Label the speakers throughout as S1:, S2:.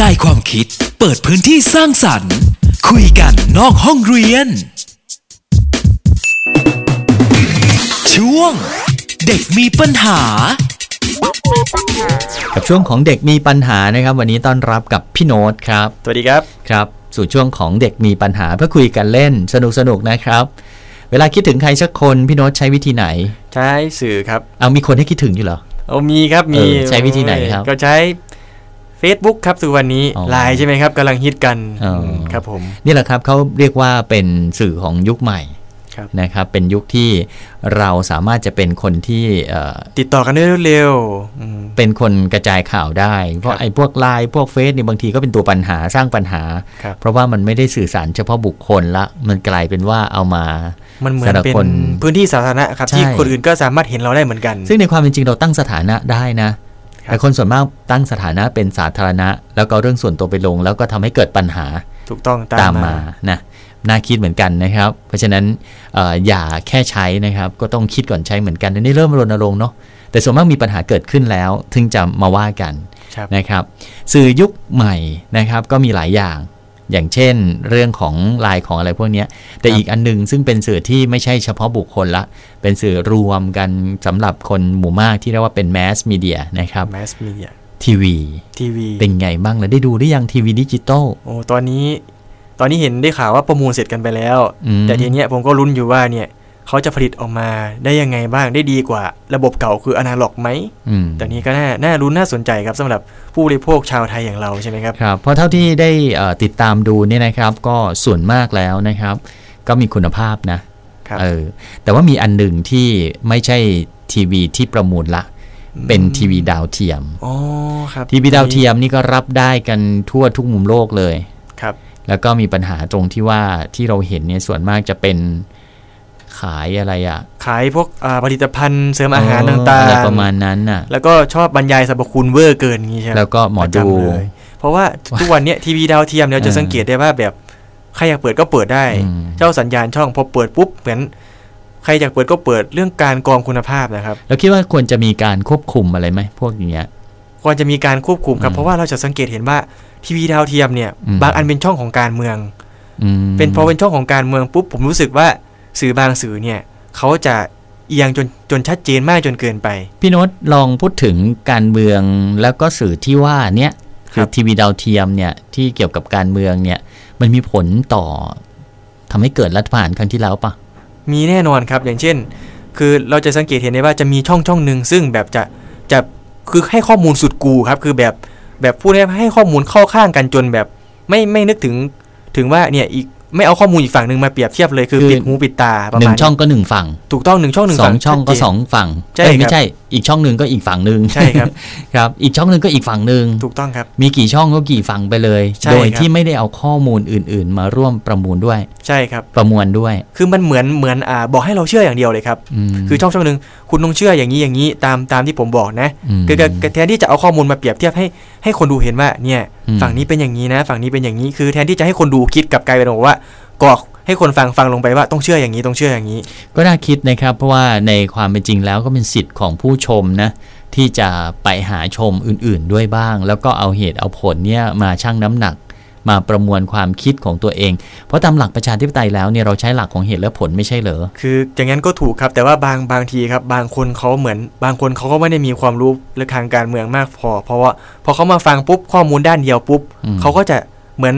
S1: กายความคิด เปิดพื้นที่สร้างสรรค์ คุยกันนอกห้องเรียน ช่วง เด็กมีปัญหา
S2: กับช่วงของเด็กมีปัญหานะครับ วันนี้ต้อนรับกับพี่โน้ตครับ
S3: สวัสดีครับ
S2: ครับสู่ช่วงของเด็กมีปัญหาเพื่อคุยกันเล่นสนุกสนุกๆนะครับ เวลาคิดถึงใครสักคนพี่โน้ตใช้วิธีไหน
S3: ใช้สื่อครับ
S2: เอามีคนให้คิดถึงอยู่เหรอ
S3: เอามีครับมี
S2: เออใช้วิธีไหนครับ
S3: ก็ใช้ Facebook ครับทุกวันนี้
S2: อ๋อ
S3: ไลน์ใช่ไหมครับกำลังฮิตกัน
S2: อ๋ออื
S3: มครับผม
S2: นี่แหละครับเขาเรียกว่าเป็นสื่อของยุคใหม่
S3: ครับ
S2: นะครับ เป็นยุคที่เราสามารถจะเป็นคนที่เอ่อ
S3: ติดต่อกันได้รวดเร็วๆอืม
S2: เป็นคนกระจายข่าวได้ เพราะไอ้พวกไลน์พวกเฟซเนี่ยบางทีก็เป็นตัวปัญหาสร้างปัญหา
S3: ครับ
S2: เพราะว่ามันไม่ได้สื่อสารเฉพาะบุคคลละมันกลายเป็นว่าเอามา
S3: มันเหมือน
S2: สำหรับ
S3: เป็น
S2: คน
S3: พื้นที่สาธารณะครับ
S2: ใช่
S3: ที่คนอื่นก็สามารถเห็นเราได้เหมือนกัน
S2: ซึ่งในความเป็นจริงเราตั้งสถานะได้นะ
S3: ครับ
S2: แต่คนส่วนมากตั้งสถานะเป็นสาธารณะ แล้วก็เรื่องส่วนตัวไปลง แล้วก็ทำให้เกิดปัญหา
S3: ถูกต้อง
S2: ตามมานะน่าคิดเหมือนกันนะครับ เพราะฉะนั้นเอออย่าแค่ใช้นะครับ ก็ต้องคิดก่อนใช้เหมือนกันอันนี้เริ่มรณรงค์เนาะแต่ส่วนมากมีปัญหาเกิดขึ้นแล้ว ถึงจะมาว่ากัน
S3: ครับ
S2: นะครับ สื่อยุคใหม่นะครับก็มีหลายอย่าง อย่างเช่น เรื่องของลายของอะไรพวกเนี้ยแต่อีกอันหนึงซึ่งเป็นสื่อที่ไม่ใช่เฉพาะบุคคลละ เป็นสื่อรวมกันสำหรับคนหมู่มากที่เรียกว่าเป็นแมสมีเดียนะครับ
S3: แมสมีเดีย
S2: ทีวี
S3: ทีวี
S2: เป็นไงบ้างล่ะได้ดูหรือยังทีวีดิจิตอล
S3: โอ้ตอนนี้ ตอนนี้เห็นได้ข่าวว่าประมูลเสร็จกันไปแล้ว
S2: อืม
S3: แต่ทีเนี้ยผมก็ลุ้นอยู่ว่าเนี่ยเขาจะผลิตออกมาได้ยังไงบ้างได้ดีกว่า ระบบเก่าคืออนาล็อกไหม
S2: อืม
S3: ตอนนี้ก็น่าน่ารู้น่าสนใจครับสำหรับผู้บริโภคชาวไทยอย่างเราใช่ไหมครับ
S2: ครับเพราะเท่าที่ได้เอ่อติดตามดูเนี่ยนะครับ ก็ส่วนมากแล้วนะครับ ก็มีคุณภาพนะครับ เออแต่ว่ามีอันหนึ่งที่ไม่ใช่ทีวีที่ประมูลละ เป็นทีวีดาวเทียม
S3: อ๋อครับ
S2: ทีวีดาวเทียมนี่ก็รับได้กันทั่วทุกมุมโลกเลย
S3: ครับ
S2: แล้วก็มีปัญหาตรงที่ว่าที่เราเห็นเนี่ยส่วนมากจะเป็นขายอะไรอะ
S3: ขายพวกอ่าผลิตภัณฑ์เสริมอาหารต่า
S2: อะไร
S3: ง
S2: ประมาณนั้นน่ะ
S3: ๆ แล้วก็ชอบบรรยายสรรพคุณเวอร์เกินอย่างงี้ใช่ไหม
S2: แล้วก็หมอ
S3: ประ
S2: ดู
S3: จำเลยเพราะว่าทุกวันเนี้ยทีวีดาวเทียมเนี่ยจะ
S2: เออ
S3: สังเกตได้ว่าแบบใครอยากเปิดก็เปิดได้
S2: อืม
S3: เจ้าสัญญาณช่องพอเปิดปุ๊บเหมือนใครอยากเปิดก็เปิดเรื่องการกรองคุณภาพนะครับ
S2: แล้วคิดว่าควรจะมีการควบคุมอะไรไหมพวกอย่างเงี้ย
S3: ควรจะมีการควบคุมครับ
S2: อืม
S3: เพราะว่าเราจะสังเกตเห็นว่าทีวีดาวเทียมเนี่ย
S2: อืม
S3: บางอันเป็นช่องของการเมือง
S2: อืม
S3: เป็นพอเป็นช่องของการเมืองปุ๊บผมรู้สึกว่าสื่อบางสื่อเนี่ยเขาจะเอียงจนจนชัดเจนมากจนเกินไป
S2: พี่โนตลองพูดถึงการเมืองแล้วก็สื่อที่ว่าเนี่ย
S3: ครับ
S2: ทีวีดาวเทียมเนี่ยที่เกี่ยวกับการเมืองเนี่ยมันมีผลต่อทำให้เกิดรัฐประหารครั้งที่แล้วปะ
S3: มีแน่นอนครับอย่างเช่น คือเราจะสังเกตเห็นได้ว่าจะมีช่องช่องหนึ่งซึ่งแบบจะจะคือให้ข้อมูลสุดกูครับคือแบบแบบพูดได้ให้ข้อมูลเข้าข้างกันจนแบบไม่ไม่นึกถึงถึงว่าเนี่ยอีกไม่เอาข้อมูลอีกฝั่งหนึ่งมาเปรียบเทียบเลยคือปิดหูปิดตาประ
S2: หนึ่
S3: มาง ณ
S2: ช่องก็หนึ่งฝั่ง
S3: ถูกต้องหนึ่งช่องหนึ่ง
S2: สอ
S3: ฝั่
S2: ง
S3: ง
S2: ช่องก็
S3: ชัดเจน
S2: สองฝั่ง
S3: ใช่
S2: เอ้ยไม่
S3: ครับ
S2: ใช่ อีกช่องหนึ่งก็อีกฝั่งหนึ่ง
S3: ใช่ครับ
S2: ครับ อีกช่องหนึ่งก็อีกฝั่งหนึ่ง
S3: ถูกต้องครับ
S2: มีกี่ช่องก็กี่ฝั่งไปเลย
S3: ใช่
S2: โดย
S3: ครับ
S2: ที่ไม่ได้เอาข้อมูลอื่น ๆ มาร่วมประมูลด้วย
S3: ใช่ครับ
S2: ประมวลด้วย
S3: คือมันเหมือนเหมือนอ่าบอกให้เราเชื่ออย่างเดียวเลยครับ
S2: ม
S3: คือช่องช่องหนึ่งคุณต้องเชื่ออย่างนี้อย่างนี้ตามตามที่ผมบอกนะ
S2: อืม
S3: คือคือคือแทนที่จะเอาข้อมูลมาเปรียบเทียบให้ให้คนดูเห็นว่าเนี่ย
S2: อืม
S3: ฝั่งนี้เป็นอย่างนี้นะ ฝั่งนี้เป็นอย่างนี้คือแทนที่จะให้คนดูคิดกลับกลายเป็นบอกว่าก่อกให้คนฟังฟังลงไปว่าต้องเชื่ออย่างนี้ต้องเชื่ออย่างนี้
S2: ก็น่าคิดนะครับ เพราะว่าในความเป็นจริงแล้วก็เป็นสิทธิ์ของผู้ชมนะ ที่จะไปหาชมอื่น ๆ ด้วยบ้าง แล้วก็เอาเหตุเอาผลเนี่ยมาชั่งน้ำหนัก มาประมวลความคิดของตัวเอง เพราะตามหลักประชาธิปไตยแล้วเนี่ยเราใช้หลักของเหตุและผลไม่ใช่เหรอ
S3: คืออย่างนั้นก็ถูกครับ แต่ว่าบางบางทีครับ บางคนเขาเหมือน บางคนเขาก็ไม่ได้มีความรู้เรื่องทางการเมืองมากพอ เพราะว่าพอเขามาฟังปุ๊บข้อมูลด้านเดียวปุ๊บ
S2: อืม
S3: เขาก็จะเหมือน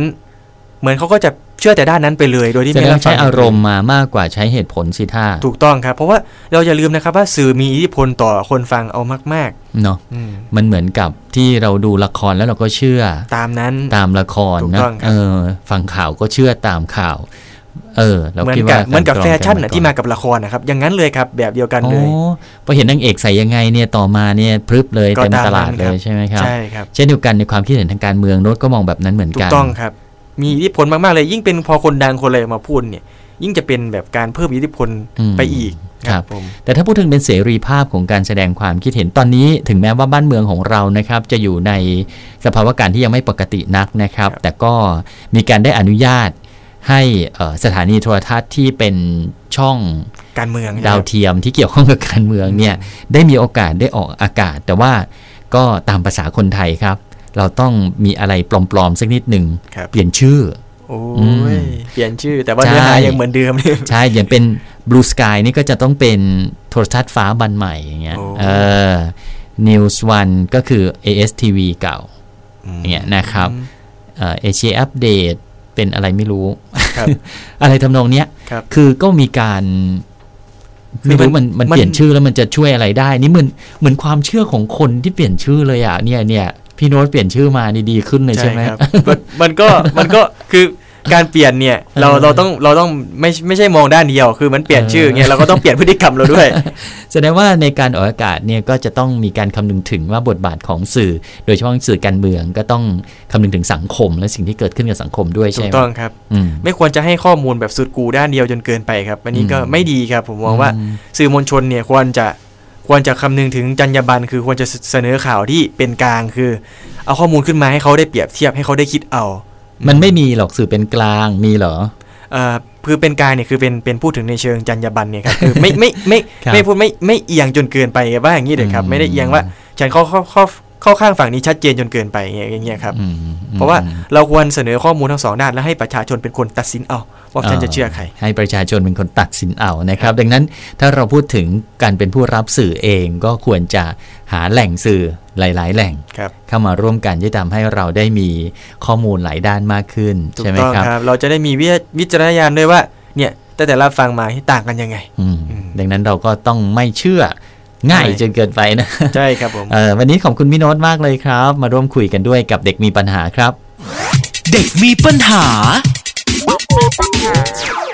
S3: เหมือนเขาก็จะเชื่อแต่ด้านนั้นไปเลย โดยที่
S2: แสด
S3: ไม่
S2: ง
S3: รับ
S2: ว่า
S3: ฟั
S2: ใช้
S3: ง
S2: อารมณ์มามากกว่าใช้เหตุผลสิท่า
S3: ถูกต้องครับ เพราะว่าเราอย่าลืมนะครับว่าสื่อมีอิทธิพลต่อคนฟังเอามาก
S2: เนาะ
S3: ๆ อืม
S2: มันเหมือนกับที่เราดูละครแล้วเราก็เชื่อ
S3: ตามนั้น
S2: ตามละคร
S3: ถูก
S2: นะ
S3: ต้องครับ
S2: เออฟังข่าวก็เชื่อตามข่าว เออเรา
S3: เหมือน
S2: คิด
S3: กั
S2: ว่า
S3: บเหมือนกับ
S2: าร
S3: แฟชั่น
S2: กร
S3: น่ะที่มากับละครนะครับ อย่างนั้นเลยครับแบบเดียวกัน
S2: โอ้
S3: เลย
S2: พอเห็นนางเอกใส่ยังไงเนี่ยต่อมาเนี่ยพรึบเลย
S3: ก็
S2: เต็ม
S3: ตาม
S2: ตลาด
S3: นั้น
S2: เล
S3: ครับ
S2: ยใช่ไหมครับ
S3: ใช่ครับ
S2: เช่นเดียวกันในความคิดเห็นทางการเมืองโน้ตก็มองแบบนั้นเหมือน
S3: ถู
S2: กั
S3: ก
S2: น
S3: ต้องครับ มีอิทธิพลมากๆเลย ยิ่งเป็นพอคนดังคนอะไรมาพูดเนี่ย ยิ่งจะเป็นแบบการเพิ่มอิทธิพล
S2: อืม
S3: ไปอีก
S2: ค
S3: ค
S2: รั
S3: รับ บผม
S2: แต่ถ้าพูดถึงเป็นเสรีภาพของการแสดงความคิดเห็นตอนนี้ ถึงแม้ว่าบ้านเมืองของเรานะครับ จะอยู่ในสภาวะการที่ยังไม่ปกตินักนะครับ แต่ก็มีการได้อนุญาตให้เอ่อสถานีโทรทัศน์ที่เป็นช่อง
S3: การเมือง
S2: ดาวเทียมที่เกี่ยวข้องกับการเมืองเนี่ยได้มีโอกาสได้ออกอากาศ แต่ว่าก็ตามภาษาคนไทยครับ เราต้องมีอะไรปลอมๆสักนิดหนึ่ง
S3: ครับ
S2: เปลี่ยนชื่อ
S3: โอ้
S2: อื
S3: ย
S2: ม
S3: เปลี่ยนชื่อ แต่ว่า
S2: ใช่
S3: เนื้อหายังเหมือนเดิมเลย
S2: ใช่อย่างเป็น Blue Sky นี่ก็จะต้องเป็นโทรทัศน์ฟ้าบันใหม่อย่างเงี้ย
S3: โอ้
S2: เออ News One ก็คือ ASTV เก่าอย่างเงี้ยนะครับเอ่อเชียอัปเดตเป็นอะไรไม่รู้
S3: ครับ
S2: อะไรทำนองเนี้ย
S3: ครับ
S2: คือก็มีการ
S3: คือ
S2: ไม่รู้มั
S3: มั
S2: น นมัน
S3: มัน
S2: เปลี่ยนชื่อแล้วมันจะช่วยอะไรได้ นี่เหมือนเหมือนความเชื่อของคนที่เปลี่ยนชื่อเลยอ่ะเนี่ยเนี่ยพี่โน้ตเปลี่ยนชื่อมานี่ดีขึ้นเลยใช่ไหม
S3: ครับมันมันก็มันก็คือการเปลี่ยนเนี่ยเราเราต้องเราต้องไม่ไม่ใช่มองด้านเดียว คือมันเปลี่ยนชื่อเงี้ยเราก็ต้องเปลี่ยนพฤติกรรมเราด้วย
S2: แสดงว่าในการออกอากาศเนี่ยก็จะต้องมีการคำนึงถึงว่าบทบาทของสื่อ โดยเฉพาะสื่อการเมืองก็ต้องคำนึงถึงสังคม และสิ่งที่เกิดขึ้นกับสังคมด้วย
S3: ถู
S2: ใช่
S3: ก
S2: ไหม
S3: ต้องครับ
S2: อืม
S3: ไม่ควรจะให้ข้อมูลแบบสุดกูด้านเดียวจนเกินไปครับอันนี้ก็
S2: อืม
S3: ไม่ดีครับ ผมมองว่า
S2: อืม
S3: สื่อมวลชนเนี่ยควรจะควรจะคำนึงถึงจรรยาบรรณคือควรจะเสนอข่าวที่เป็นกลางคือ เอาข้อมูลขึ้นมาให้เขาได้เปรียบเทียบให้เขาได้คิดเอา
S2: มันไม่มีหรอกสื่อเป็นกลางมีเหรอ
S3: เอ่อคือเป็นกลางเนี่ยคือเป็นเป็นพูดถึงในเชิงจรรยาบรรณ เนี่ยครับคือไม่ไม่ไม่
S2: ครับ
S3: ไม่พูดไม่ไม่เอียงจนเกินไปว่าอย่างนี้เลยครับ
S2: อืม
S3: ไม่ได้เอียงว่าฉันเข้าเข้าเข้าเข้าข้างฝั่งนี้ชัดเจนจนเกินไปอย่างเงี้ยอย่างเงี้ยครับ
S2: อืม
S3: เพราะว่าเราควรเสนอข้อมูลทั้งสองด้านและให้ประชาชนเป็นคนตัดสินเอาว่าฉันจะเชื่อใคร
S2: ให้ประชาชนเป็นคนตัดสินเอานะครับ ดังนั้นถ้าเราพูดถึงการเป็นผู้รับสื่อเองก็ควรจะหาแหล่งสื่อหลาย ๆ แหล่ง
S3: ครับ
S2: เข้ามาร่วมกันที่ทำให้เราได้มีข้อมูลหลายด้านมากขึ้น
S3: ถูก
S2: ใช่ไหม
S3: ต้อง
S2: ครับ
S3: ครับ เราจะได้มีวิวจารณญาณด้วยว่า เนี่ยแต่แต่ละฟังมาต่างกันยังไง
S2: อืม
S3: อืม
S2: ดังนั้นเราก็ต้องไม่เชื่อง่าย
S3: ใช่
S2: จนเกินไปนะ
S3: ใช่ครับผม
S2: เอ่อวันนี้ขอบคุณพี่โน้ตมากเลยครับ มาร่วมคุยกันด้วยกับเด็กมีปัญหาครับ
S1: เด็กมีปัญหา